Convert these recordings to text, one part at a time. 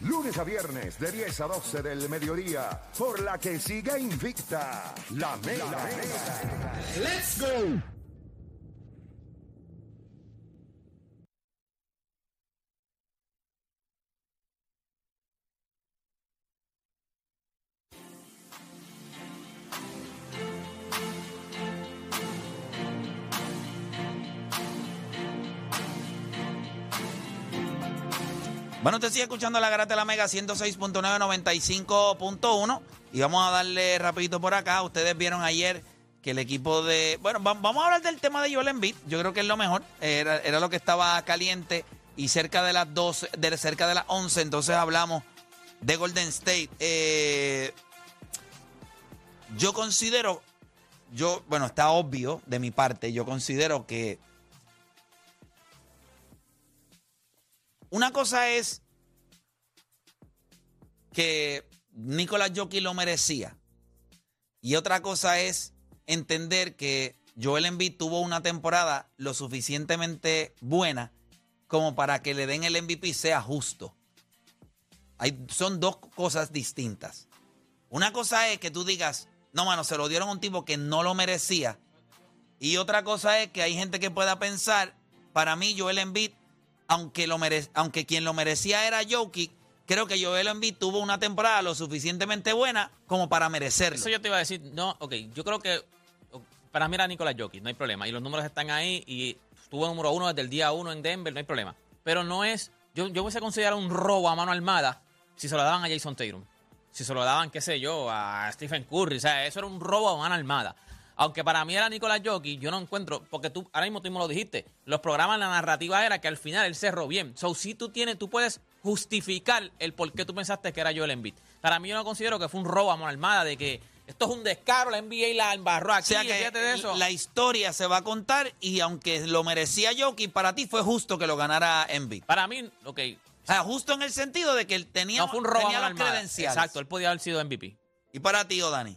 lunes a viernes de 10 a 12 del mediodía, por la que siga invicta la mega. Let's go. Bueno, usted sigue escuchando la garata de la Mega 106.995.1 y vamos a darle rapidito por acá. Ustedes vieron ayer que el equipo de... Bueno, va- vamos a hablar del tema de Joel Embiid. Yo creo que es lo mejor. Era, era lo que estaba caliente y cerca de las 12, de, cerca de las 11, entonces hablamos de Golden State. Eh, yo considero, yo, bueno, está obvio de mi parte, yo considero que Una cosa es que Nicolás Jockey lo merecía. Y otra cosa es entender que Joel Embiid tuvo una temporada lo suficientemente buena como para que le den el MVP sea justo. Hay- son dos cosas distintas. Una cosa es que tú digas, no, mano, se lo dieron a un tipo que no lo merecía. Y otra cosa es que hay gente que pueda pensar, para mí Joel Embiid, aunque, lo mere- aunque quien lo merecía era Jokic, creo que Joel Embiid tuvo una temporada lo suficientemente buena como para merecerlo. Eso yo te iba a decir, no, ok, yo creo que o- para mí era Nicolás Jokic, no hay problema. Y los números están ahí y estuvo número uno desde el día uno en Denver, no hay problema. Pero no es, yo, yo hubiese considerado un robo a mano armada si se lo daban a Jason Tatum. Si se lo daban, qué sé yo, a Stephen Curry. O sea, eso era un robo a mano armada. Aunque para mí era Nicolás Jokic, yo no encuentro, porque tú ahora mismo tú mismo lo dijiste, los programas, la narrativa era que al final él cerró bien. So, si tú tienes, tú puedes justificar el por qué tú pensaste que era Joel Embiid. Para mí yo no considero que fue un robo a mano armada, de que esto es un descaro, la NBA y la embarró O aquí, sea que fíjate de eso. la historia se va a contar y aunque lo merecía Jokic, para ti fue justo que lo ganara Embiid. Para mí, ok, O sea, justo en el sentido de que él tenía, no fue un robo a tenía mano las armada. credenciales. Exacto, él podía haber sido MVP. Y para ti, Dani.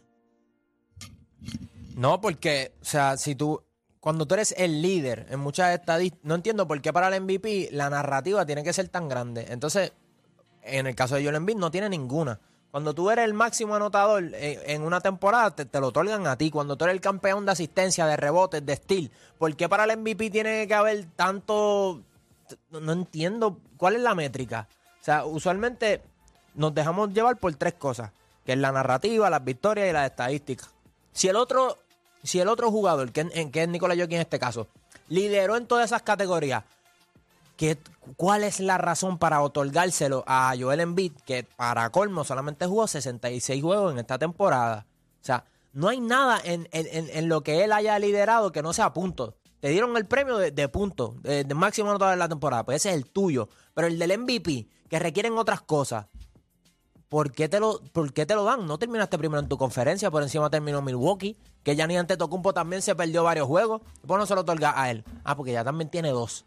No, porque, o sea, si tú. Cuando tú eres el líder en muchas estadísticas. No entiendo por qué para el MVP la narrativa tiene que ser tan grande. Entonces, en el caso de Joel Embiid, no tiene ninguna. Cuando tú eres el máximo anotador eh, en una temporada, te, te lo otorgan a ti. Cuando tú eres el campeón de asistencia, de rebotes, de steal, ¿por qué para el MVP tiene que haber tanto t- no- no entiendo cuál es la métrica. O sea, usualmente nos dejamos llevar por tres cosas, que es la narrativa, las victorias y las estadísticas. Si el otro, si el otro jugador, que, en- en, que es Nicolás Jokic en este caso, lideró en todas esas categorías, ¿qué- ¿cuál es la razón para otorgárselo a Joel Embiid, que para colmo solamente jugó 66 juegos en esta temporada? O sea, no hay nada en, en- en- en lo que él haya liderado que no sea punto. Te dieron el premio de, de punto, de, de máximo anotador de la temporada, pues ese es el tuyo. Pero el del MVP, que requieren otras cosas, ¿por qué te lo, por qué te lo dan? No terminaste primero en tu conferencia, por encima terminó Milwaukee, que ya ni ante Tocumpo también se perdió varios juegos. ¿Por qué no se lo otorga a él? Ah, porque ya también tiene dos.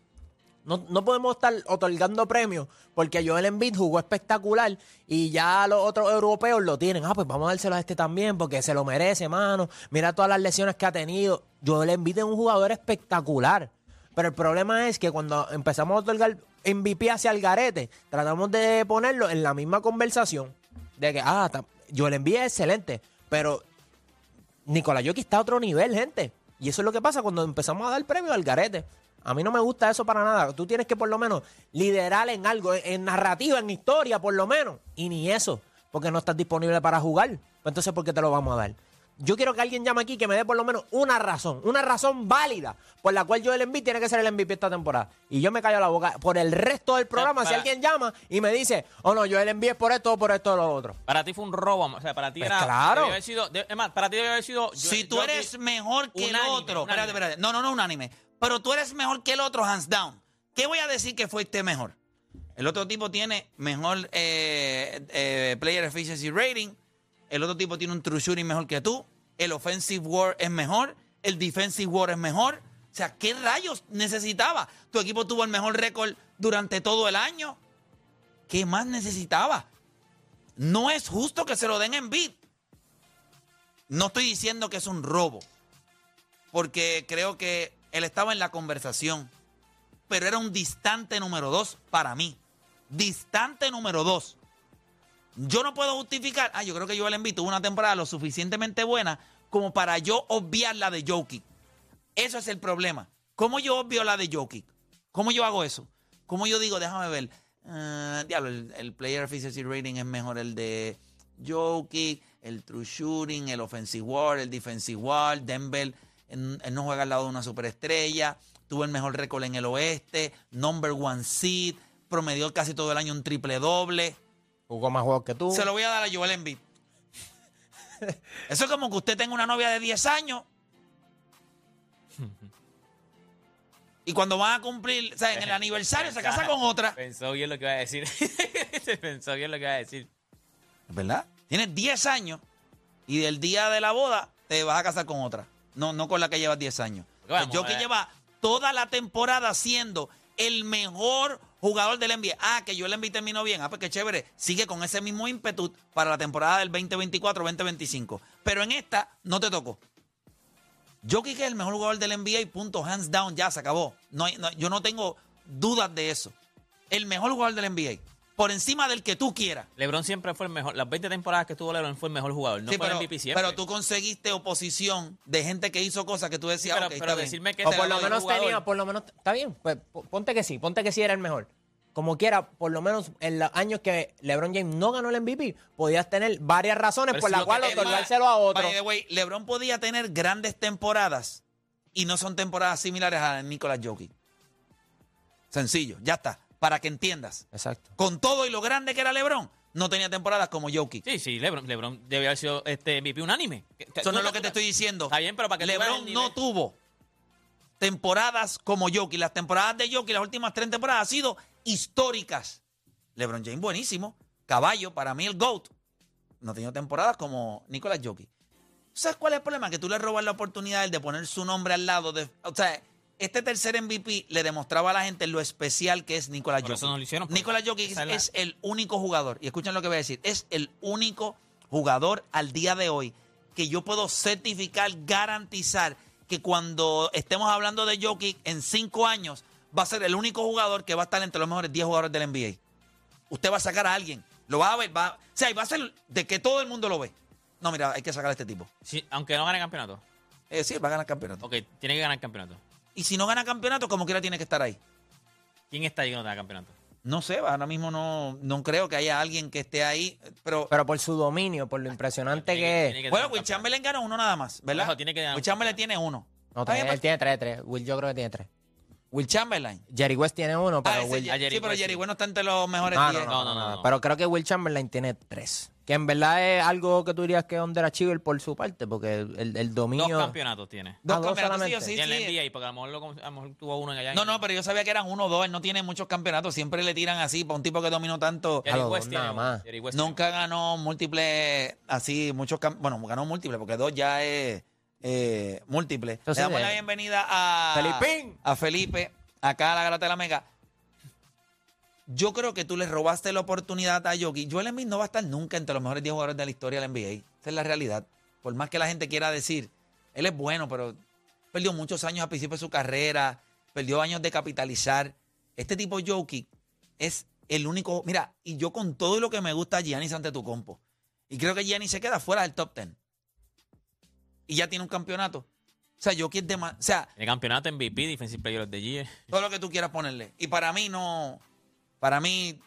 No, no podemos estar otorgando premios porque Joel Embiid jugó espectacular y ya los otros europeos lo tienen. Ah, pues vamos a dárselo a este también porque se lo merece, mano. Mira todas las lesiones que ha tenido. Joel Embiid es un jugador espectacular. Pero el problema es que cuando empezamos a otorgar MVP hacia el garete, tratamos de ponerlo en la misma conversación de que, ah, ta- Joel Embiid es excelente, pero Nicolás Jokic está a otro nivel, gente. Y eso es lo que pasa cuando empezamos a dar premio al garete. A mí no me gusta eso para nada. Tú tienes que por lo menos liderar en algo, en, en narrativa, en historia, por lo menos. Y ni eso, porque no estás disponible para jugar. Pues Entonces, ¿por qué te lo vamos a dar? Yo quiero que alguien llame aquí que me dé por lo menos una razón, una razón válida por la cual yo el MVP tiene que ser el MVP esta temporada. Y yo me callo la boca por el resto del Ah, programa. Si para- alguien llama y me dice, oh no, yo el MVP es por esto o por esto o lo otro. Para ti fue un robo, o sea, para ti Pues era... claro. debió haber sido- de- es más, para ti debe haber sido... Joel- si tú Jokic- eres mejor que el unánime, otro. unánime. Espérate, espérate. No, no, no, unánime. Pero tú eres mejor que el otro, hands down. ¿Qué voy a decir que fue este mejor? El otro tipo tiene mejor eh, eh, player efficiency rating. El otro tipo tiene un true shooting mejor que tú. El offensive war es mejor. El defensive war es mejor. O sea, ¿qué rayos necesitaba? Tu equipo tuvo el mejor récord durante todo el año. ¿Qué más necesitaba? No es justo que se lo den en bid. No estoy diciendo que es un robo, porque creo que él estaba en la conversación, pero era un distante número dos para mí. Distante número dos. Yo no puedo justificar. Ah, yo creo que Joel Embiid tuvo una temporada lo suficientemente buena como para yo obviar la de Jokic. Eso es el problema. ¿Cómo yo obvio la de Jokic? ¿Cómo yo hago eso? ¿Cómo yo digo, déjame ver? eh, diablo, el, el player efficiency rating es mejor el de Jokic, el true shooting, el offensive war, el defensive war, Denver en- él no juega al lado de una superestrella, tuvo el mejor récord en el oeste, number one seed, promedió casi todo el año un triple doble. Jugó más juegos que tú. Se lo voy a dar a Joel Embiid. Eso es como que usted tenga una novia de 10 años. Y cuando van a cumplir, o sea, en el aniversario eh, se casa con otra. Pensó bien lo que iba a decir. Pensó bien lo que iba a decir. ¿Verdad? Tienes 10 años y del día de la boda te vas a casar con otra. No, no con la que llevas 10 años. Pues Porque vamos, yo que eh. lleva toda la temporada siendo el mejor jugador del NBA. Ah, que yo el NBA terminó bien. Ah, pues qué chévere. Sigue con ese mismo ímpetu para la temporada del 2024-2025. Pero en esta no te tocó. Jokic es el mejor jugador del NBA y punto, hands down, ya se acabó. No hay- no- yo no tengo dudas de eso. El mejor jugador del NBA. Por encima del que tú quieras. LeBron siempre fue el mejor. Las 20 temporadas que estuvo LeBron fue el mejor jugador. No Sí, fue el pero, MVP siempre. pero tú conseguiste oposición de gente que hizo cosas que tú Sí, decías, pero, "Ok, pero está bien". decirme que o te por la lo doy al menos jugador. tenía, por lo menos, está bien, pues po- ponte que sí, ponte que sí era el mejor. Como quiera, por lo menos en los años que LeBron James no ganó el MVP, podías tener varias razones Pero por si las lo que cuales quería- otorgárselo a otro. By the way, LeBron podía tener grandes temporadas y no son temporadas similares a la de Nicolas Jokic. Sencillo, ya está, para que entiendas. Exacto. Con todo y lo grande que era LeBron, no tenía temporadas como Jokic. Sí, sí, LeBron, LeBron debió haber sido este MVP unánime. Que- Eso tú- no es lo que te estoy diciendo. Está bien, pero para que tú veas el LeBron nivel. no tuvo temporadas como Jokic. Las temporadas de Jokic, las últimas tres temporadas, han sido históricas. LeBron James, buenísimo. Caballo, para mí el GOAT. No ha tenido temporadas como Nicolas Jokic. ¿Sabes cuál es el problema? Que tú le robas la oportunidad a él de poner su nombre al lado. De, o sea, este tercer MVP le demostraba a la gente lo especial que es Nicolas Por eso Jokic. no lo hicieron, porque Nicolas Jokic es, esa es la- el único jugador, y escuchen lo que voy a decir, es el único jugador al día de hoy que yo puedo certificar, garantizar que cuando estemos hablando de Jokic en cinco años, va a ser el único jugador que va a estar entre los mejores 10 jugadores del NBA. Usted va a sacar a alguien, lo va a ver, va, o sea, y va a ser de que todo el mundo lo ve. No, mira, hay que sacar a este tipo. Sí, aunque no gane campeonato. Es decir, va a ganar campeonato. Ok, tiene que ganar campeonato. Y si no gana campeonato, como quiera tiene que estar ahí. ¿Quién está ahí que no tenga campeonato? No sé, ahora mismo no, no creo que haya alguien que esté ahí, pero... Pero por su dominio, por lo impresionante Tiene que es. Bueno, tiene tener Will un campeonato. Chamberlain gana uno nada más, ¿verdad? Ojo, tiene que ganar Will un Chamberlain tiene uno. No, Está bien, tres, él pues, tiene tres, tres. Will yo creo que tiene tres. Will Chamberlain. Jerry West tiene uno, Ah, pero ese Will... Ye- Ah, Jerry sí, pero West, Jerry sí. West no está entre los mejores No, 10. no, Ah, No, no, no, no, no, no. no. Pero creo que Will Chamberlain tiene tres. Que en verdad es algo que tú dirías que es underachiever por su parte, porque el, el dominio... Dos campeonatos tiene. Dos Ah, dos campeonatos, sí, solamente. sí, y en la sí. NBA, porque a lo mejor, lo- a lo mejor tuvo uno en allá. No, no, pero yo sabía que eran uno o dos. Él no tiene muchos campeonatos. Siempre le tiran así para un tipo que dominó tanto. A Jerry los West dos tiene nada uno. más. Jerry West tiene Nunca ganó múltiples, así, muchos cam- Bueno, ganó múltiples, porque dos ya es eh, múltiple. Eso sí Le damos es. la bienvenida a. Felipín. A Felipe, acá a la Grata de la Mega. Yo creo que tú le robaste la oportunidad a Yogi. Joel Embiid no va a estar nunca entre los mejores 10 jugadores de la historia de la NBA. Esa es la realidad. Por más que la gente quiera decir, él es bueno, pero perdió muchos años al principio de su carrera, perdió años de capitalizar. Este tipo Jokic es el único. Mira, y yo con todo lo que me gusta Giannis ante tu compo. Y creo que Giannis se queda fuera del top 10. Y ya tiene un campeonato. O sea, Jokic es de O sea, uno. Tiene campeonato, MVP, Defensive Player of the Year. todo lo que tú quieras ponerle. Y para mí no. Para mí.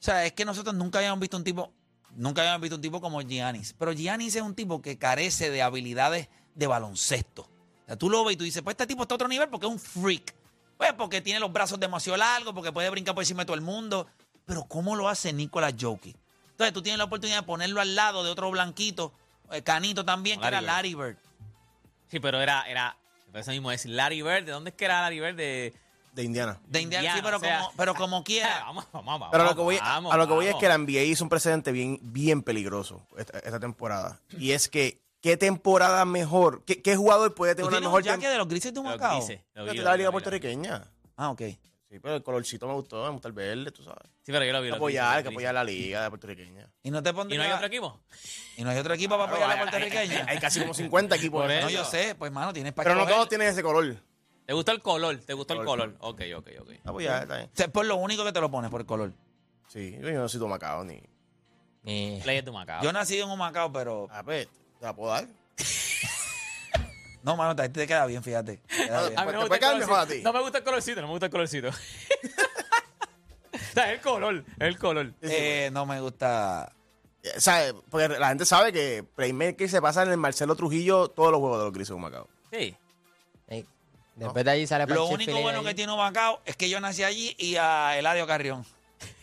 O sea, es que nosotros nunca habíamos visto un tipo. Nunca habíamos visto un tipo como Giannis. Pero Giannis es un tipo que carece de habilidades de baloncesto. O sea, tú lo ves y tú dices, pues este tipo está a otro nivel porque es un freak. Pues porque tiene los brazos demasiado largos, porque puede brincar por encima de todo el mundo. Pero ¿cómo lo hace Nicolas Jokic? Entonces tú tienes la oportunidad de ponerlo al lado de otro blanquito, eh, canito también, que era Larry Larry Bird. Sí, pero era, era, por eso mismo es Larry Bird. ¿De dónde es que era Larry Bird? De, de Indiana. De Indiana, Indiana, sí, pero, o sea, como, pero como quiera. vamos, vamos, vamos. Pero a lo que voy, vamos, a lo que voy es vamos. que la NBA hizo un precedente bien, bien peligroso esta, esta temporada. Y es que, ¿qué temporada mejor? ¿Qué, qué jugador puede ¿Tú tener una tienes mejor un jaque temporada? de los grises de un Lo Macao? quise, lo vi, lo vi, la lo liga vi. puertorriqueña. Ah, ok. Sí, pero el colorcito me gustó, me gusta el verde, tú sabes. Hay Sí, pero yo lo vi. que lo vi, apoyar, hay que lo vi. apoyar a la liga de puertorriqueña. ¿Y no te ¿Y pondría, no hay otro equipo? y no hay otro equipo para apoyar a la Claro, hay- hay- puertorriqueña? Hay casi como 50 equipos. Por ¿no? eso. No, yo sé, pues mano, tienes para Pero no escoger. todos tienen ese color. ¿Te gustó el color? ¿Te gustó el Color. color? Ok, ok, ok. Apoyar, está bien. O sea, es por lo único que te lo pones, por el color. Sí, yo no soy de Macao ni. Ni- Play es de Macao. Yo nací en Humacao, pero. A ver, ah, pues, te la puedo dar. No, mano, a ti te queda bien, fíjate. Te queda bien. A mí Te no me gusta puede el quedar mejor a colorcito. ti. No me gusta el colorcito, no me gusta el colorcito. o sea, es el color, es el color. Eh, no me gusta. Eh, sabe, Porque la gente sabe que Playmaker se pasa en el Marcelo Trujillo todos los juegos de los grises de Macao. Sí. Ey, Después de allí sale para Lo único bueno que tiene Humacao es que yo nací allí y a Eladio Carrión.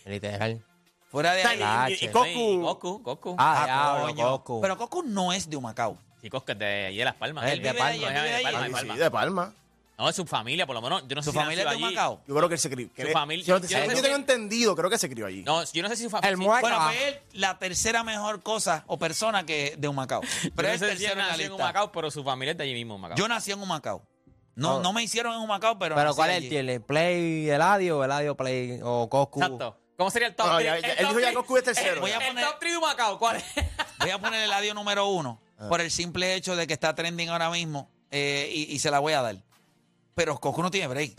Literal. Fuera de ahí. Ah, Y- y- y che. Sí, Goku. Goku, Goku. Ah, Ah, diablo, coño. Goku. Pero Coco no es de Humacao. Sí, Goku es de ahí de Las Palmas. Es Él de vive Palma. ahí, él vive de Él vive Palma, de de Sí, Palma. sí, de Palma. No, es su familia, por lo menos. Yo no sé ¿Su si familia es de nació allí. Humacao? Yo creo que él se crió. que Su él- familia- Yo, no te- yo no yo sé- tengo entendido, creo que se crió allí. No, yo no sé si su familia. El muerto. Bueno, Ah. pues él, la tercera mejor cosa o persona que de Humacao. Pero Pero es no sé si tercero en él la nació en lista. Humacao, pero su familia es de allí mismo, Humacao. Yo nací en Humacao. No, Ah. no me hicieron en Humacao, pero. Pero nací ¿cuál es allí. el tier? ¿El Play Eladio o Eladio Play o Goku? Exacto. ¿Cómo sería el top No, 3? ya- ya- él dijo ya Goku es tercero, ya. El poner- top 3 de Humacao, ¿cuál es? Voy a poner el adiós número uno por el simple hecho de que está trending ahora mismo eh, y, y se la voy a dar. Pero Coco no tiene break.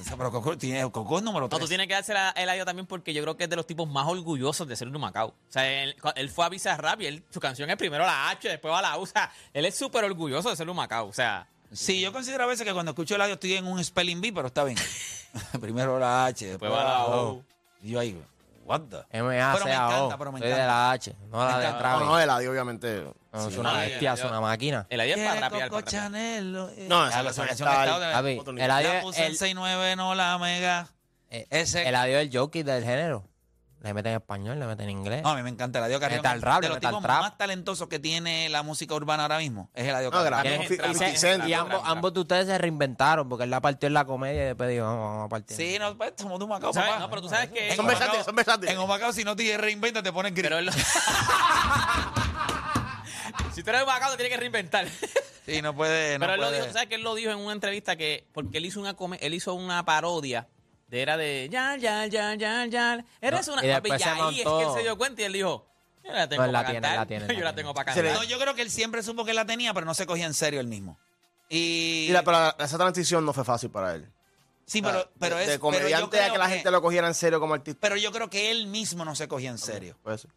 O sea, pero Coco, tiene, Coco es número No, tres. tú tienes que dársela a Eladio también porque yo creo que es de los tipos más orgullosos de ser un Macao. O sea, él, cu- él fue a Bizarrap y él, su canción es primero la H, después va la U. O sea, él es súper orgulloso de ser un Macao. O sea, Sí, yo considero a veces que cuando escucho el adiós estoy en un spelling bee, pero está bien. Primero la H, después va la O. Y yo ahí, what the... M.A.C.A.O. Pero me encanta, pero me Soy de encanta. la H, no la Me de encanta. No, Travis. no, Eladio, obviamente. No, es Sí, una no, bestia, yo- es yo- una máquina. Eladio es para ¿Quiere rapear. Coco para rapear. Chanel? eh? No, Ya, esa la canción canción está- está de- A ver, otro el nivel. La adiós, puso en el, 69, no la mega. eh, Ese- el adiós del jockey del género. Le meten en español, le meten en Eh, inglés. No, a mí me encanta el Eladio Carrión. Metal rap, de los metal tipos trap. más talentosos que tiene la música urbana ahora mismo es el Eladio No, Carrión. También grabamos es fi- trap, y, 50 se- es Cent. y ambos, ambos de ustedes se reinventaron porque él la partió en la comedia y después dijo, vamos, vamos a partir. Sí, no, pues, somos de un macao, ¿Sabes? papá. No, pero tú sabes que. Son versátiles, son versátiles. En Humacao, si no te reinventas, te ponen gris. Pero él lo- Si tú eres un Macao, te tienes que reinventar. sí, no puede. No Pero él lo puede. dijo, ¿tú ¿sabes que él lo dijo en una entrevista que porque él hizo una come- él hizo una parodia de era de ya ya ya ya ya eres No, una y papi, después y se ahí es montó. que él se dio cuenta y él dijo, yo la tengo No, él la para tiene, cantar. la tiene, yo la la tiene. tengo para Se cantar. le- No, yo creo que él siempre supo que la tenía, pero no se cogía en serio él mismo. Y. Y la- pero la- esa transición no fue fácil para él. sí, pero, pero Ah, de, es. de comediante pero yo a que la creo gente lo cogiera en serio como artista. pues. Pero yo creo que él mismo no se cogía en serio. Puede ser.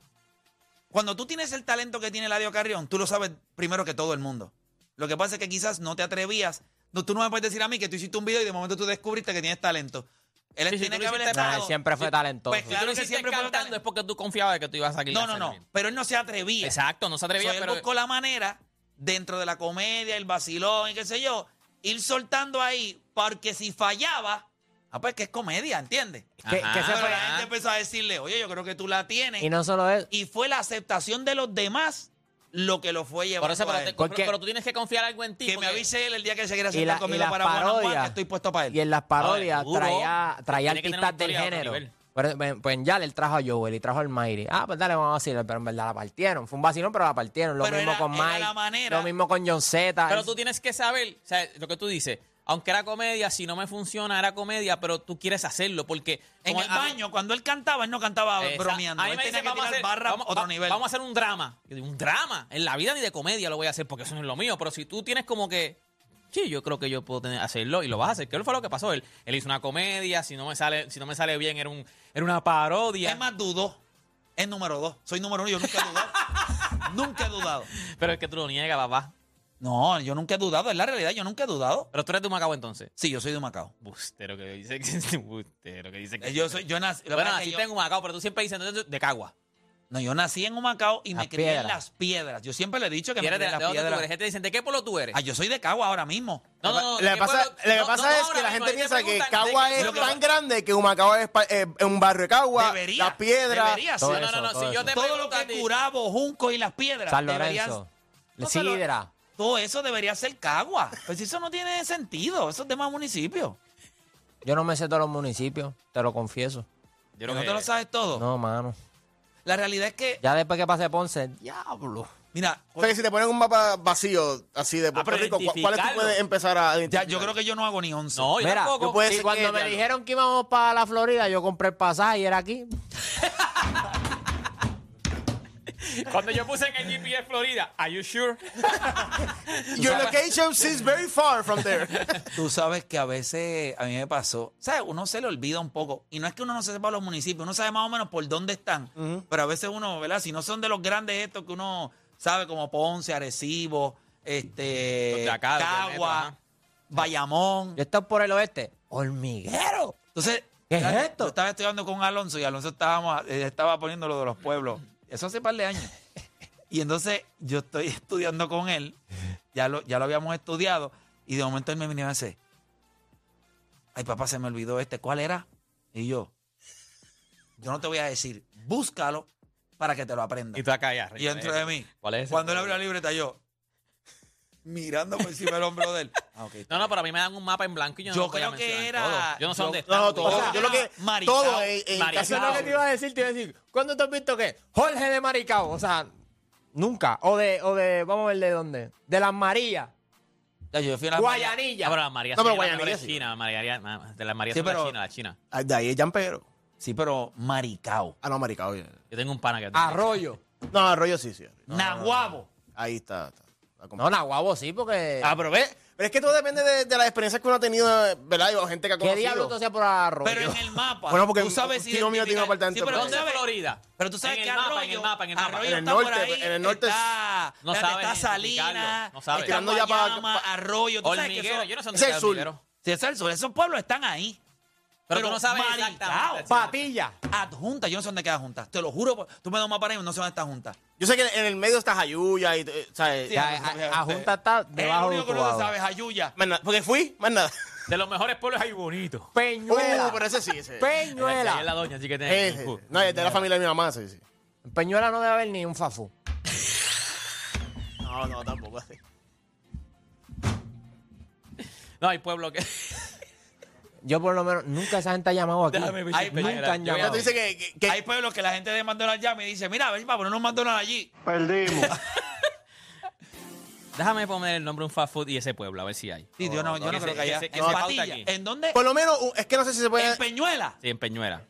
Cuando tú tienes el talento que tiene Eladio Carrión, tú lo sabes primero que todo el mundo. Lo que pasa es que quizás no te atrevías. No, tú no me puedes decir a mí que tú hiciste un video y de momento tú descubriste que tienes talento. Él Sí, sí, tiene tú que lo haber hiciste Nah, él estado- siempre fue talentoso. Pues claro Tú lo que hiciste siempre fue cantando talento. es porque tú confiabas de que tú ibas a salir a No, no, hacer no. bien. Pero él no se atrevía. Exacto, no se So, atrevía, él pero buscó la manera, dentro de la comedia, el vacilón y qué sé yo, ir soltando ahí, porque si fallaba, ah, pues que es comedia, ¿entiendes? Que- que Ajá. se Ah, Pero fue- la gente empezó a decirle, oye, yo creo que tú la tienes. Y Y, no solo eso. fue la aceptación de los demás lo que lo fue llevando Por eso, pero, a te- él. ¿Por qué? pero tú tienes que confiar algo en ti. Que me porque- avise él el día que se quiera Y, sentar la, y conmigo las para one on one, que parodias. estoy puesto para él. Y en las parodias Ahora, traía, duro. traía Tiene que tener una artistas del historia de otro género. nivel. Por- Pues, pues en Yal él trajo a Joel y trajo al Mayri. Ah, pues dale, vamos a vacilar. Pero en verdad la partieron. Fue un vacilón, pero la partieron. Lo Pero mismo era- con era Mike. la manera. Lo mismo con John Z. Pero tú tienes que saber, o sea, lo que tú dices, aunque era comedia, si no me funciona, era comedia, pero tú quieres hacerlo porque... En como- el baño, cuando él cantaba, él no cantaba Esa- bromeando. a mí Él me tenía dicen, que vamos a tirar hacer- barra vamos- otro va- nivel. Vamos a hacer un drama. Yo digo, Un drama. En la vida ni de comedia lo voy a hacer porque eso no es lo mío. Pero si tú tienes como que. Sí, yo creo que yo puedo tener, hacerlo y lo vas a hacer. ¿Qué fue lo que pasó? Él, él hizo una comedia, si no me sale, si no me sale bien, era un, era una parodia. Es más, dudó. Es número dos. Soy número uno, yo nunca he dudado. nunca he dudado. Pero es que tú lo niegas, papá. No, yo nunca he dudado. Es la realidad, yo nunca he dudado. Pero tú eres de Macao entonces. Sí, yo soy de Macao. Bustero que dice que bustero que dice Eh, que. Yo soy, yo nací, lo que Bueno, pasa es así que yo- tengo Macao, pero tú siempre dices entonces de Cagua. no, yo nací en Humacao y me Las crié en piedras. las piedras. Yo siempre le he dicho que Y me eres crié de, en de las dónde tú eres. piedras. Gente dice, ¿de qué pueblo tú eres? Ah, yo soy de Cagua ahora mismo. no, no, no. Lo ¿de que qué pasa, pueblo? lo que No, pasa no, es ahora que la gente mismo, ahí te piensa que preguntan, Cagua ¿de qué es pueblo- tan grande que Humacao es, pa- eh, es un barrio de Cagua, Debería, las piedras. debería Todo ser. No, no, no, eso, si todo yo eso. te Todo lo pregunto a que ti- Curabo, Junco y las piedras. San deberían- Lorenzo. No, San Lo- Sidra. Todo eso debería ser Cagua. Pues eso no tiene sentido. Eso es demás municipios. Yo no me sé todos los municipios, te lo confieso. Yo creo No que- te lo sabes todo. No, mano. La realidad es que, Ya después que pasé Ponce, diablo. mira, O Pues, sea, que si te ponen un mapa vacío así de Puerto pero Rico, ¿cu- ¿cuáles tú identificarlo. puedes empezar a ya, identificar? yo creo que yo no hago ni once. No, yo Mira, tampoco. yo puede Sí, ser cuando que- me dijeron que íbamos para la Florida, yo compré el pasaje y era aquí. Cuando yo puse en el GPS Florida, ¿Are you sure? Your location seems very far from there. Tú sabes que a veces a mí me pasó, ¿sabes? Uno se le olvida un poco. Y no es que uno no se sepa los municipios, uno sabe más o menos por dónde están. Pero a veces uno, ¿verdad? Si no son de los grandes estos que uno sabe, como Ponce, Arecibo, Los este, de acá, los del metro, Cagua, ajá. Bayamón. Yo estoy por el oeste. Hormiguero. Entonces, ¿Qué es yo esto? estaba estudiando con Alonso y Alonso estábamos, eh, estaba poniendo lo de los pueblos. Eso hace par de años. Y entonces yo estoy estudiando con él, ya lo, ya lo habíamos estudiado, y de momento él me vino y me dice, ay papá, se me olvidó este, ¿cuál era? Y yo, yo no te voy a decir, búscalo para que te lo aprendas. Y tú acá allá arriba. Y dentro de mí, ¿Cuál es ese? cuando él abrió la libreta, yo, mirando por encima del hombro de él. Ah, ok, está No, no, pero a mí me dan un mapa en blanco y yo, Yo no lo voy a creo que mencionar era- todo. Yo no sé yo- dónde está. No, no, todo. O sea, yo lo que. Maricao, todo en, en Maricao. casi Eso es lo que te iba a decir, te iba a decir. ¿Cuándo te has visto qué? Jorge de Maricao. O sea, nunca. O de, o de, vamos a ver de dónde. De las Marías. bien. Yo fui a la Ah, Guayanilla. pero la María No, pero Soledad, Guayanilla la sí. China, María, María- de la María Sí, Soledad, pero- China, la China. Ah, De ahí es Jampero. Sí, pero maricao. Ah, no, maricao. oye. Yo tengo un pana que Arroyo. No, Arroyo sí, sí. Arroyo. Nahuabo. Ahí está. está. La comp- No, Nahuabo sí, porque. Ah, pero ve. Pero es que todo depende de, de las experiencias que uno ha tenido, ¿verdad? Y o gente que ha ¿Qué conocido. diablo tú hacías por Arroyo? Pero en el mapa. Bueno, porque tú sabes un tío mío tiene un identificar- apartamento Sí, pero, por tú ¿Dónde sabes, Florida? pero tú sabes en que el mapa, Arroyo. en el mapa, en el mapa. Arroyo En el está por norte, ahí. en el norte Está, No está- sabes está identificarlo, Salina. no sabes. Está Tirando ya pa- Guayama, pa- Arroyo. Tú sabes que Hormiguero, eso- yo no sé es dónde el está sur. Hormiguero. Sí, es el sur. Esos pueblos están ahí. Pero tú no sabes maricao, exactamente. Papilla. Adjunta, yo no sé dónde queda junta. Te lo juro, por- tú me das un mapa ahí, no sé dónde está junta. Yo sé que en el medio está Jayuya y. eh, ¿sabes? Sí, Ya, a, a Junta Ah, está debajo el de único tu que no se agua. sabe es Ayuya. Más nada. Porque fui, más nada. De los mejores pueblos hay bonito. Peñuela. Uh, pero ese sí, ese. Ahí es la Peñuela. doña, así que Ese, te. ese. No, es de la familia de mi mamá, sí, sí. En Peñuela no debe haber ni un fafú. No, no, tampoco así. No, hay pueblo que. Yo por lo menos nunca esa gente ha llamado aquí. Déjame ver si Ay, es Peñuela. nunca han Yo voy a llamado. Tú dices que. que- que- Hay pueblos que la gente de McDonald's llama y dice, mira, a ver, para ponernos McDonald's allí. Déjame poner el nombre de un fast food y ese pueblo, a ver si hay. Sí, yo no, yo no Oh, que creo se- que haya. que se- que en se pauta Patilla. aquí. ¿En dónde? por lo menos, uh, es que no sé si se puede. ¿En Peñuela? Sí, en Peñuela.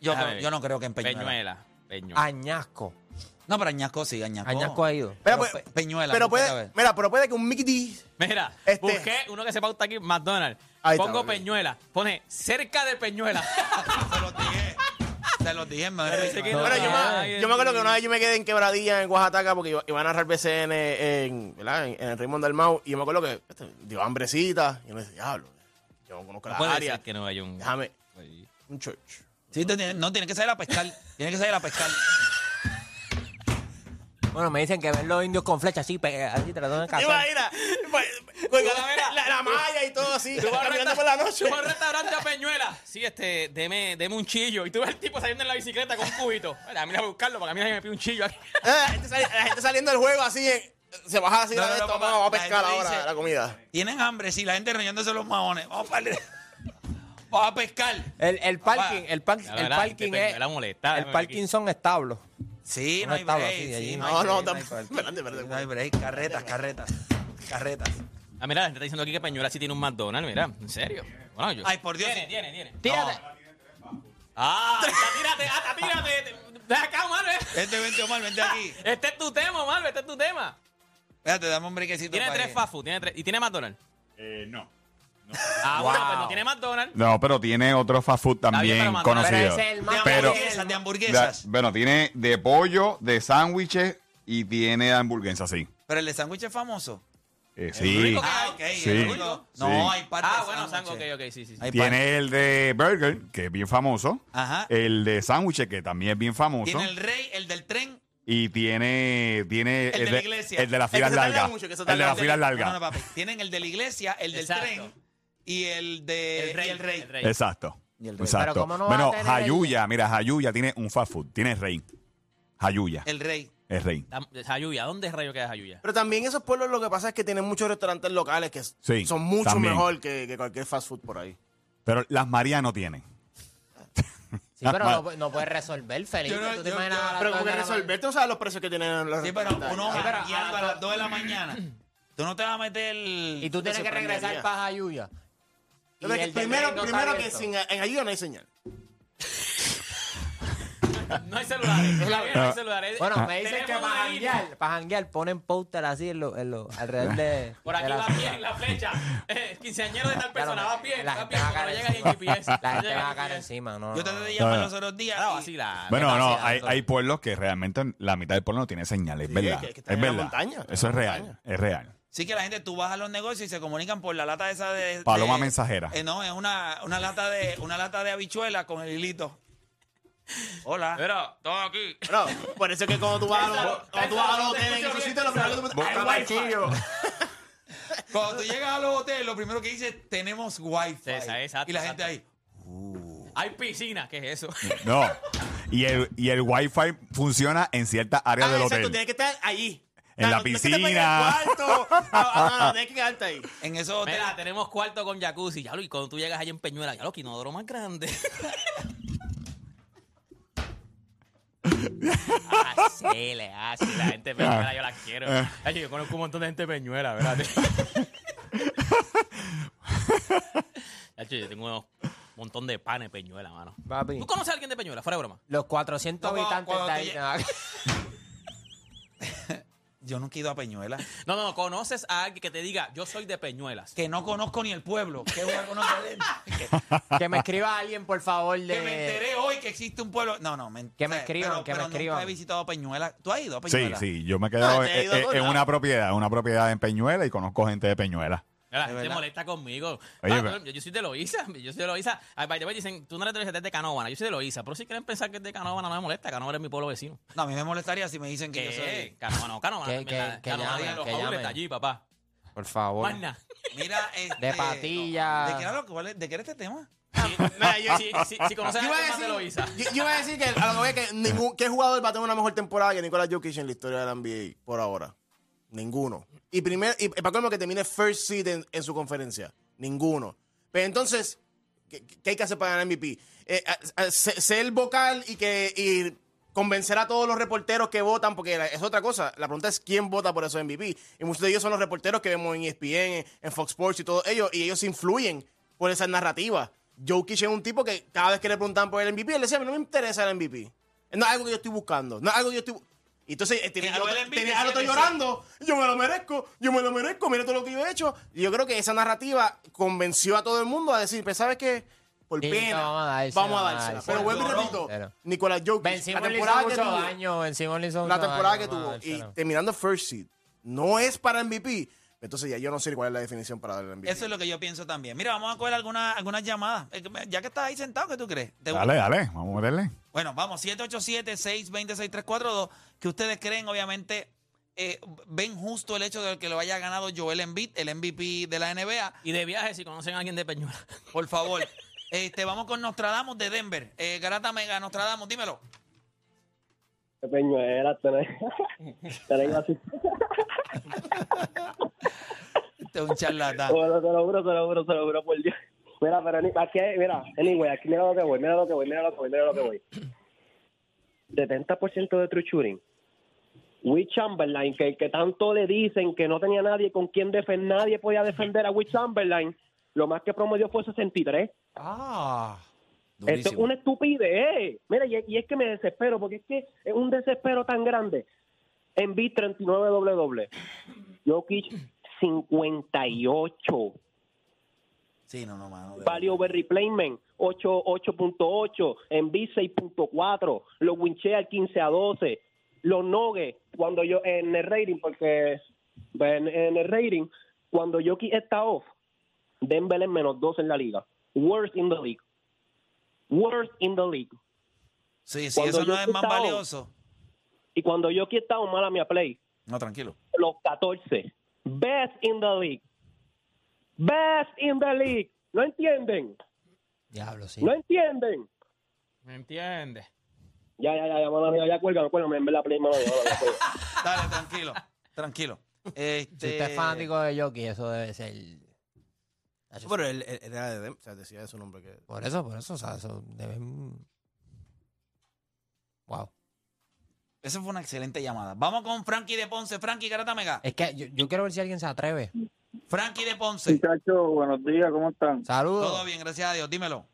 Yo, Déjame creo- ver. yo no creo que en Peñuela. Peñuela. Peñuela. Añasco. No, pero Añasco sí, Añasco. Añasco ha ido. Mira, Pero pues- Pe- Peñuela, Pero búscate puede, a ver. mira, pero puede que un Mickey D. Mira, Este- busqué uno que se pauta aquí, McDonald's. Ahí está, Pongo papi. Peñuela. Pone cerca de Peñuela. Se los dije. Se los dije, me Parece que Bueno, yo, Ah, me, yo me acuerdo que una vez yo me quedé en quebradilla en Oaxaca porque iba, iba a narrar BCN en, ¿verdad? en, en el Raymond Dalmau y yo me acuerdo que este, dio hambrecita y yo me decía, diablo, yo no conozco No la puede área. ser que no haya un. Déjame un church. Sí, te tiene- no, tiene que salir a pescar. Tiene que salir a pescar. Bueno, me dicen que ven los indios con flechas así, pe- así tratando de cazar. Imagina, pues, con la, la- la malla y todo así, caminando por la noche. Tú vas al restaurante a Peñuela. Sí, este, deme, deme un chillo. Y tú ves al tipo saliendo en la bicicleta con un cubito. Mira, a mí no voy a buscarlo porque a mí nadie me pide un chillo aquí. Eh, La gente, sali- la gente saliendo del juego así, eh, se baja así, No, la no, de no, esto, papá, vamos, vamos a la pescar gente ahora dice- la comida. Tienen hambre, sí, la gente reyéndose los maones. Vamos para el- Vamos a pescar. El, el parking, Papá, el, par- la el verdad, parking te- es. te la molesta, el ven parking aquí. son establos. Sí, Una no hay tabla break. así de sí, allí. hay No, no, break, hay tampoco. break. Espérate, espérate. No hay break. Carretas, carretas. Carretas. Ah, mira, la gente está diciendo aquí que Peñuela sí tiene un McDonald's, mira, en serio. Bueno, yo. Ay, por Dios. Tiene, tiene, tiene. Tírate. Ah, hasta tírate, hasta tírate. Ven acá, Marvel. Este vente, Omar, vente aquí. Este es tu tema, Marvel, este es tu tema. Espérate, dame un brequecito. Tiene para tres ir. fast food, tiene tres. ¿Y tiene McDonald's? Eh, no. Ah, bueno, pues no tiene McDonald's. No, pero tiene otro fast food bien, pero también mandó- conocido. Pero ese es el más De Pero- hamburguesas, de hamburguesas. Da- bueno, tiene de pollo, de sándwiches y tiene hamburguesas, sí. Pero el de sándwich es famoso. Eh, sí. único que- Ah, ok. Sí. el único. Sí. No, hay parte Ah, de bueno, Sango, ok, sándwiches. ok, sí, sí. sí. Hay parte. Tiene el de burger, que es bien famoso. Ajá. El de sándwiches, que también es bien famoso. Tiene el rey, el del tren. Y tiene, tiene El de la iglesia. el de las que filas se tarda largas. mucho, que se el de tarda las mucho. filas No, largas. no, papi. Tienen el de la iglesia, el del Exacto. tren y el de y el rey. Exacto. Y el rey. Exacto. Pero ¿cómo no va a bueno, tener el- Jayuya, mira, Jayuya tiene un fast food, tiene rey. Jayuya, El rey. es rey. Dam- Jayuya, ¿dónde rayo queda Jayuya? Pero también esos pueblos lo que pasa es que tienen muchos restaurantes locales que Sí, son mucho también. mejor que, que cualquier fast food por ahí. Pero las Marías no tienen. Sí, pero Mal. no, no puedes resolver, Felipe. Yo no- ¿Tú te yo- imaginas yo- a las Pero dos como que de la resolver, tú sabes los precios que tienen los Sí, pero uno restaurantes. va ah, guiando a las 2 de la mañana. Tú no te vas a meter. mañana? Y tú tienes que regresar sorprendería. para Ayuya. Pero es que primero, primero que sin, en ayuda no hay señal. No hay celulares. en la vida no hay celulares. Bueno, me Tenemos dicen que una para línea. janguear, para janguear ponen póster así en lo, en lo- alrededor de. Por aquí de la- va bien la flecha. Eh, quinceañero de tal persona, va bien, La va gente bien. va a porque No caer llega ni en encima. GPS. La no gente llega va en a caer GPS. encima, no. Yo no. traté de llamar No, no. los otros días. Claro, y- así la- Bueno, no, hay, vaciando. hay pueblos que realmente la mitad del pueblo no tiene señales, Sí, ¿verdad? que- que están es en la verdad. montaña, Eso es en la real, montaña. es real. Sí que la gente, tú vas a los negocios y se comunican por la lata esa de... de- Paloma mensajera. Eh, no, es una, una lata de una lata de habichuela con el hilito. Hola. Pero, todo aquí. Bro, por eso es que cuando tú vas a los, Piénsalo, cuando tú vas a los piénsalo, hoteles en escucha esos bien, sitios, lo primero que tú Busca Hay wifi. Cuando tú llegas a los hoteles, lo primero que dices, tenemos wifi. Sí, esa- exacto, y la gente exacto. ahí, Hay piscina, ¿qué es eso? No. Y el, y el wifi funciona en ciertas áreas Ah, del exacto, hotel. tienes que estar allí. En la no tienes que estar piscina. en el cuarto. No, no, no, tienes que quedarte ahí. en esos hoteles... Mira, ah, tenemos cuarto con jacuzzi. Ya, lo, y cuando tú llegas allá en Peñuela, ya lo que inodoro más grande. así Ah, le así. La gente de Peñuela yo la quiero. Ay, yo conozco un montón de gente de Peñuela, ¿verdad? Nacho, yo tengo un montón de panes de Peñuela, mano. Papi. ¿Tú conoces a alguien de Peñuela? Fuera de broma. Los 400 No, cuando- habitantes de ahí. cuando Yo nunca he ido a Peñuela. No, no, no. ¿Conoces a alguien que te diga, yo soy de Peñuelas? Que no conozco ni el pueblo. Que, voy a conocer de él? que me escriba alguien, por favor, de. que me enteré hoy que existe un pueblo. No, no, me, Que me o sea, escriban, pero- que me pero escriban. Nunca he visitado Peñuela. ¿Tú has ido a Sí, Peñuela? sí, yo me he quedado No, Ah, te en, he ido a en- todos en una lados. propiedad, una propiedad en Peñuela y conozco gente de Peñuela. La De gente verdad. molesta conmigo. Oye, Ah, pero- yo, yo soy de Loíza. Yo soy de Loíza. Ay, by the way, dicen, tú no eres de Loíza, eres de Canóvana. Yo soy de Loíza. Pero si quieren pensar que es de Canóvana, no me molesta. Canóvana es mi pueblo vecino. No, a mí me molestaría si me dicen que yo Eh. soy. Canóvana, no, Canóvana. Que- también, que- la- que Canóvana, llamen, los que jaures llamen. está allí, papá. Por favor. Más nada. Mira, este, De patilla. ¿De qué, era lo que- cuál es- de qué era este tema? Ah, Sí, mira, yo- si, si, si conoces a Yo iba, alguien más de a Loíza. decir, yo, yo iba a decir que a lo que voy es que ningún ¿qué jugador va a tener una mejor temporada que Nicolás Jokic en la historia de la NBA por ahora. Ninguno. Y primer y para colmo que termine first seed en, en su conferencia. Ninguno. Pero entonces, ¿qué, qué hay que hacer para ganar MVP? Eh, a- a- se- ser vocal y que y convencer a todos los reporteros que votan, porque la- es otra cosa. La pregunta es quién vota por esos MVP. Y muchos de ellos son los reporteros que vemos en E ESPN, en- en Fox Sports y todos ellos, y ellos se influyen por esas narrativas. Jokic es un tipo que cada vez que le preguntaban por el MVP, él decía, a mí no me interesa el MVP. No es algo que yo estoy buscando. No es algo que yo estoy... bu-". Y entonces eh, tenía Y al yo otro, el MVP tenía al otro siempre llorando. Yo me lo merezco, yo me lo merezco, mira todo lo que yo he hecho. Y yo creo que esa narrativa convenció a todo el mundo a decir, pues, ¿sabes qué? Por Sí, pena, no, vamos a dársela, vamos a vamos a dársela. dársela. Pero vuelvo y Llorón. repito, Pero- Nicolás Jokic, Ben la Simon le hizo temporada que mucho tuvo, daño. Ben Simon le hizo mucho la temporada daño, que tuvo Este, mamá, y dársela. terminando first seed, no es para MVP. Entonces ya yo no sé cuál es la definición para darle MVP. Eso es lo que yo pienso también. Mira, vamos a coger alguna- algunas llamadas. Eh, Ya que estás ahí sentado, ¿qué tú crees? ¿Te- Dale, dale, vamos a meterle. Bueno, vamos, 787-620-6342. Que ustedes creen, obviamente, eh, ven justo el hecho de que lo haya ganado Joel Embiid, el MVP de la NBA. Y de viaje, si conocen a alguien de Peñuela. Por favor. Este, vamos con Nostradamus de Denver. Eh, Garata Mega, Nostradamus, dímelo. Qué Peñuela, tenés, tenés así. Este es un charlatán. Bueno, te lo juro, te lo juro, te lo juro, por Dios. Mira, pero ni- aquí, hay- mira, anyway, aquí mira lo que voy, mira lo que voy, mira lo que voy, mira lo que voy. 70% de true shooting. Will Chamberlain, que, que tanto le dicen que no tenía nadie con quien defender, nadie podía defender a Will Chamberlain, lo más que promedió fue 63. Ah. Esto es una estupidez. eh. Mira, y, y es que me desespero, porque es que es un desespero tan grande. En 39 doble doble. Jokic 58. Sí, no, no, mano. de Value over replacement 8 8.8, Envy 6.4, los Winchell 15 a 12, los Nogue cuando yo en el rating porque pues, en, en el rating cuando Jokic está off, Denver es menos 12 en la liga. Worst in the league. Worst in the league. Sí, sí, Cuando eso no yo es más estaba- valioso. Y cuando Jokic está off, mala mía play, No, tranquilo. los 14. Best in the league. Best in the league. ¿No entienden? Diablo, sí. ¿No entienden? ¿Me entiendes? Ya, ya, ya, ya, mano mía, ya cuélgame, cuélgame, en verdad, play, mano mía, mano mía, cuélgame. Dale, tranquilo. Tranquilo. Este... Si usted Eh. es fanático de Jockey, eso debe ser. No, Pero él, él era de Dem- o sea, decía de su nombre que... Por eso, por eso, o sea, eso deben. Wow. Esa fue una excelente llamada. Vamos con Frankie de Ponce. Frankie, Garata Mega. Es que yo, yo quiero ver si alguien se atreve. Frankie de Ponce. Muchachos, buenos días, ¿cómo están? Saludos. Todo bien, gracias a Dios. Dímelo.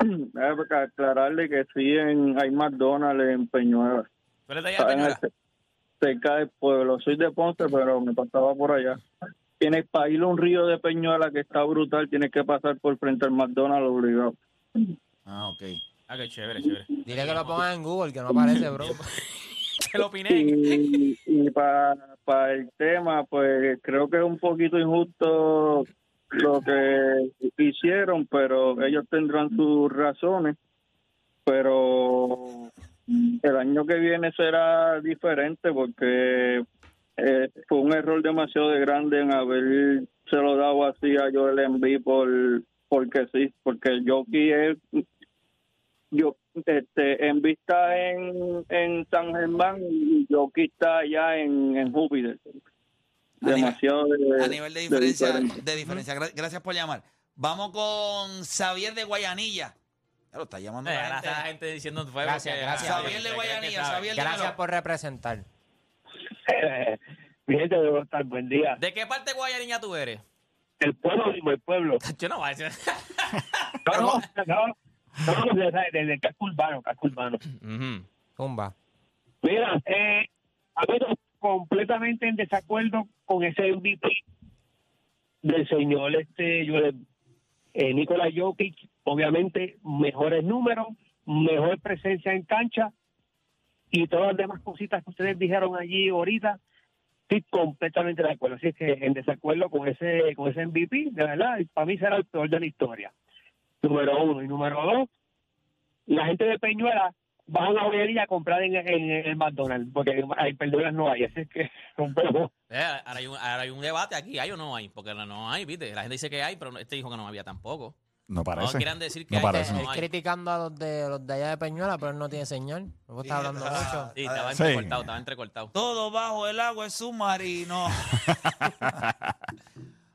Eh, para aclararle que sí en, hay McDonald's en Peñuelas. Tú eres de allá, Está en el este- Peñuela. ce- cerca del pueblo. Soy de Ponce, pero me pasaba por allá. Tienes para ir a un río de Peñuela que está brutal, tienes que pasar por frente al McDonald's obligado. Ah, ok. Ah, qué chévere, chévere. Dile que lo pongas en Google, que no aparece, bro. Que lo Eh, opiné. Y, y para el tema, pues creo que es un poquito injusto lo que hicieron, pero ellos tendrán sus razones. Pero el año que viene será diferente porque eh, fue un error demasiado de grande en haber se lo dado así a Joel Embiid por porque sí, porque Jockey es yo este en vista en, en San Germán y Jockey está allá en, en Júpiter. A nivel- Demasiado de, A nivel de diferencia, de diferencia. diferencia. Gra- Gracias por llamar. Vamos con Xavier de Guayanilla. Ya lo está llamando Eh, la ahora gente. está la gente diciendo fuego Gracias, que- gracias. Ah, Xavier de que Guayanilla, sabe. Xavier de- Gracias por representar. Fíjate, debo estar, buen día. ¿De qué parte de Guayanilla tú eres? El pueblo, digo, el pueblo. Yo no voy a decir. No, no, no. No, desde, desde casco urbano, casco urbano. Ujú. Pumba. Mira, eh, a ver, completamente en desacuerdo con ese MVP del señor este Joel- eh, Nikola Jokic. Obviamente, mejores números, mejor presencia en cancha y todas las demás cositas que ustedes dijeron allí ahorita. Estoy completamente de acuerdo. Así que en desacuerdo con ese con ese MVP, de verdad, para mí será el peor de la historia. Número uno. Y número dos, la gente de Peñuela va a una joyería a comprar en, en, en el McDonald's, porque hay perduras no hay, así que compramos. Eh, ahora, hay un, ahora hay un debate aquí, ¿hay o no hay? Porque no- no hay, ¿viste? La gente dice que hay, pero no- este dijo que no había tampoco. No No parece. quieran decir que No hay, parece. pero Eh, Él no hay. criticando a los de, los de allá de Peñuela, pero él no tiene señal. Vos estás hablando mucho. Sí, estaba Sí. entrecortado, estaba entrecortado. Todo bajo el agua es submarino.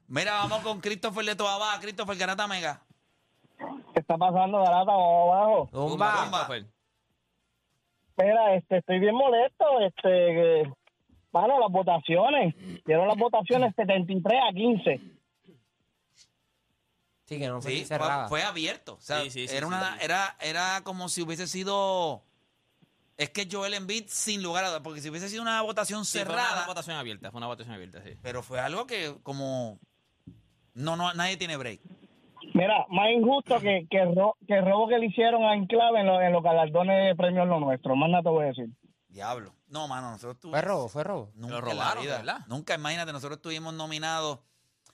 Mira, vamos con Christopher de Toabá. Christopher Garata Mega. ¿Qué está pasando, Garata, abajo? Pumba. Zumba. Christopher. Mira, este, estoy bien molesto, este, eh, mano, las votaciones, dieron las votaciones 73 a 15. Sí, que no fue Sí, ni fue, cerrada. fue abierto. O sea, Sí, sí, sí, era, sí, una, sí. Era, era como si hubiese sido. Es que Joel Embiid, sin lugar a dudas, porque si hubiese sido una votación Sí, fue una- cerrada, una votación abierta, fue una votación abierta, sí. pero fue algo que, como. No, no, nadie tiene break. Mira, más injusto que, que, ro- que el robo que le hicieron a Enclave en, lo- en los galardones de premios lo nuestro, más nada te voy a decir. Diablo. No, mano, nosotros tuvimos. Fue robo, fue robo. Nunca Lo en la robaron, vida. ¿verdad? Nunca, imagínate, nosotros estuvimos nominados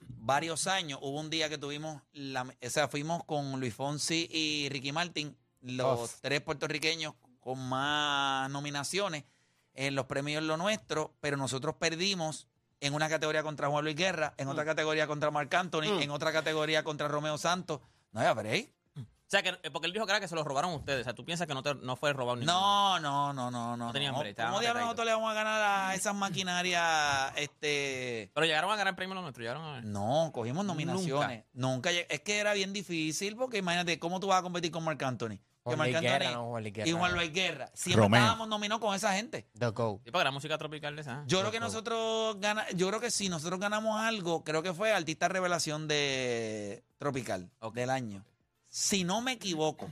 varios años. Hubo un día que tuvimos, la, o sea, fuimos con Luis Fonsi y Ricky Martin, los Uf. tres puertorriqueños con más nominaciones en los premios Lo Nuestro, pero nosotros perdimos en una categoría contra Juan Luis Guerra, en Mm. otra categoría contra Marc Anthony, en otra categoría contra Romeo Santos. No había break. O sea, que, eh, porque él dijo que era que se lo robaron ustedes. O sea, tú piensas que no, te- no fue robado ninguno. No, no, no, no, no. No tenían no. break, estaban ¿Cómo diablos nosotros apretaditos. le vamos a ganar a esas maquinarias este, Pero llegaron a ganar el premio lo nuestro, llegaron a ganar. No, cogimos nominaciones. Nunca. lleg- Es que era bien difícil porque imagínate cómo tú vas a competir con Marc Anthony. Que Juan Marc Luis Guerra, Anthony no, Juan Luis y Guerra, Juan no. Luis Guerra. Siempre Romeo. estábamos nominados con esa gente. The Go. Sí, porque era música tropical de esa. ¿eh? Yo creo que nosotros gana, yo creo que si nosotros ganamos algo, creo que fue artista revelación de Tropical del año. Si no me equivoco.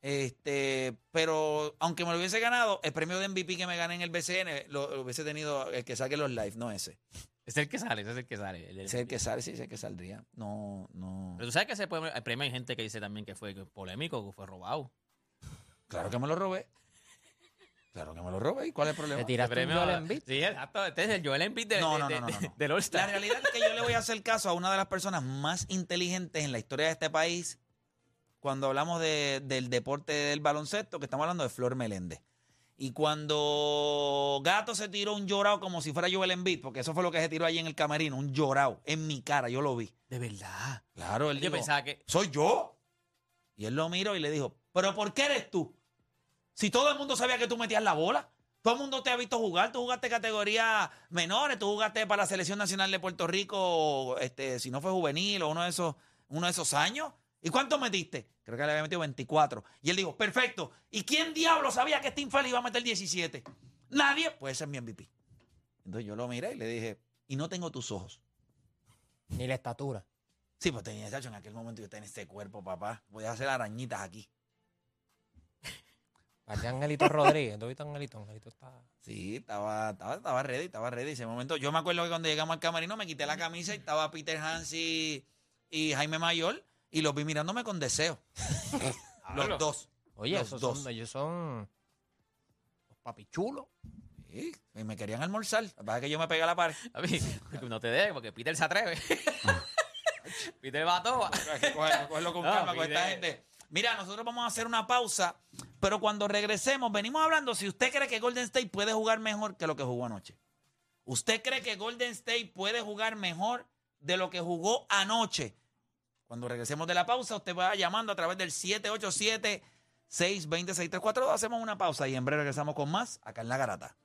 Este, pero aunque me lo hubiese ganado, el premio de MVP que me gané en el BCN lo, lo hubiese tenido el que saque los live, no ese. Es el que sale, ese es el que sale. El- el- Ese es el que sale, sí, ese es el que saldría. No, no. Pero tú sabes que ese premio, el premio hay gente que dice también que fue polémico, que fue robado. Claro que me lo robé. Claro que me lo robé. ¿Y cuál este es el problema? Te tiraste un premio, Joel Embiid. Sí, exacto. Este es el Joel Embiid de, No, de- no, no, de- no, no, no. del All-Star. La realidad es que yo le voy a hacer caso a una de las personas más inteligentes en la historia de este país cuando hablamos de- del deporte del baloncesto, que estamos hablando de Flor Meléndez. Y cuando Gato se tiró un llorado como si fuera Joel Embiid, porque eso fue lo que se tiró allí en el camerino, un llorado en mi cara, yo lo vi. De verdad. Claro, él Yo dijo, pensaba que. ¿Soy yo? Y él lo miró y le dijo, ¿pero por qué eres tú? Si todo el mundo sabía que tú metías la bola, todo el mundo te ha visto jugar, tú jugaste categorías menores, tú jugaste para la Selección Nacional de Puerto Rico, este, si no fue juvenil o uno de esos, uno de esos años. ¿Y cuánto metiste? Creo que le había metido 24. Y él dijo, perfecto. ¿Y quién diablo sabía que este infeliz iba a meter 17? Nadie. Pues ese es mi MVP. Entonces yo lo miré y le dije, y no tengo tus ojos. Ni la estatura. este Sí, pues tenía chacho en aquel momento yo tenía ese cuerpo, papá. Voy a hacer arañitas aquí. Parecía Angelito Rodríguez. ¿Tú viste a Angelito? Angelito está... Sí, estaba, estaba, estaba ready, estaba ready. Ese momento, yo me acuerdo que cuando llegamos al camerino me quité la camisa y estaba Peter Hansi y Jaime Mayor y los vi mirándome con deseo. los dos. Oye, los esos dos. son, ellos son los papichulos. Sí, y me querían almorzar. Lo que pasa es que yo me pegué a la pared. A mí, no te dejes, porque Peter se atreve. Peter va a toa. Hay que cogerlo, cogerlo con No, calma con esta mire. gente. Mira, nosotros vamos a hacer una pausa, pero cuando regresemos, venimos hablando si usted cree que Golden State puede jugar mejor que lo que jugó anoche. ¿Usted cree que Golden State puede jugar mejor de lo que jugó anoche? Cuando regresemos de la pausa, usted va llamando a través del 787 620 6342 Hacemos una pausa y en breve regresamos con más acá en La Garata.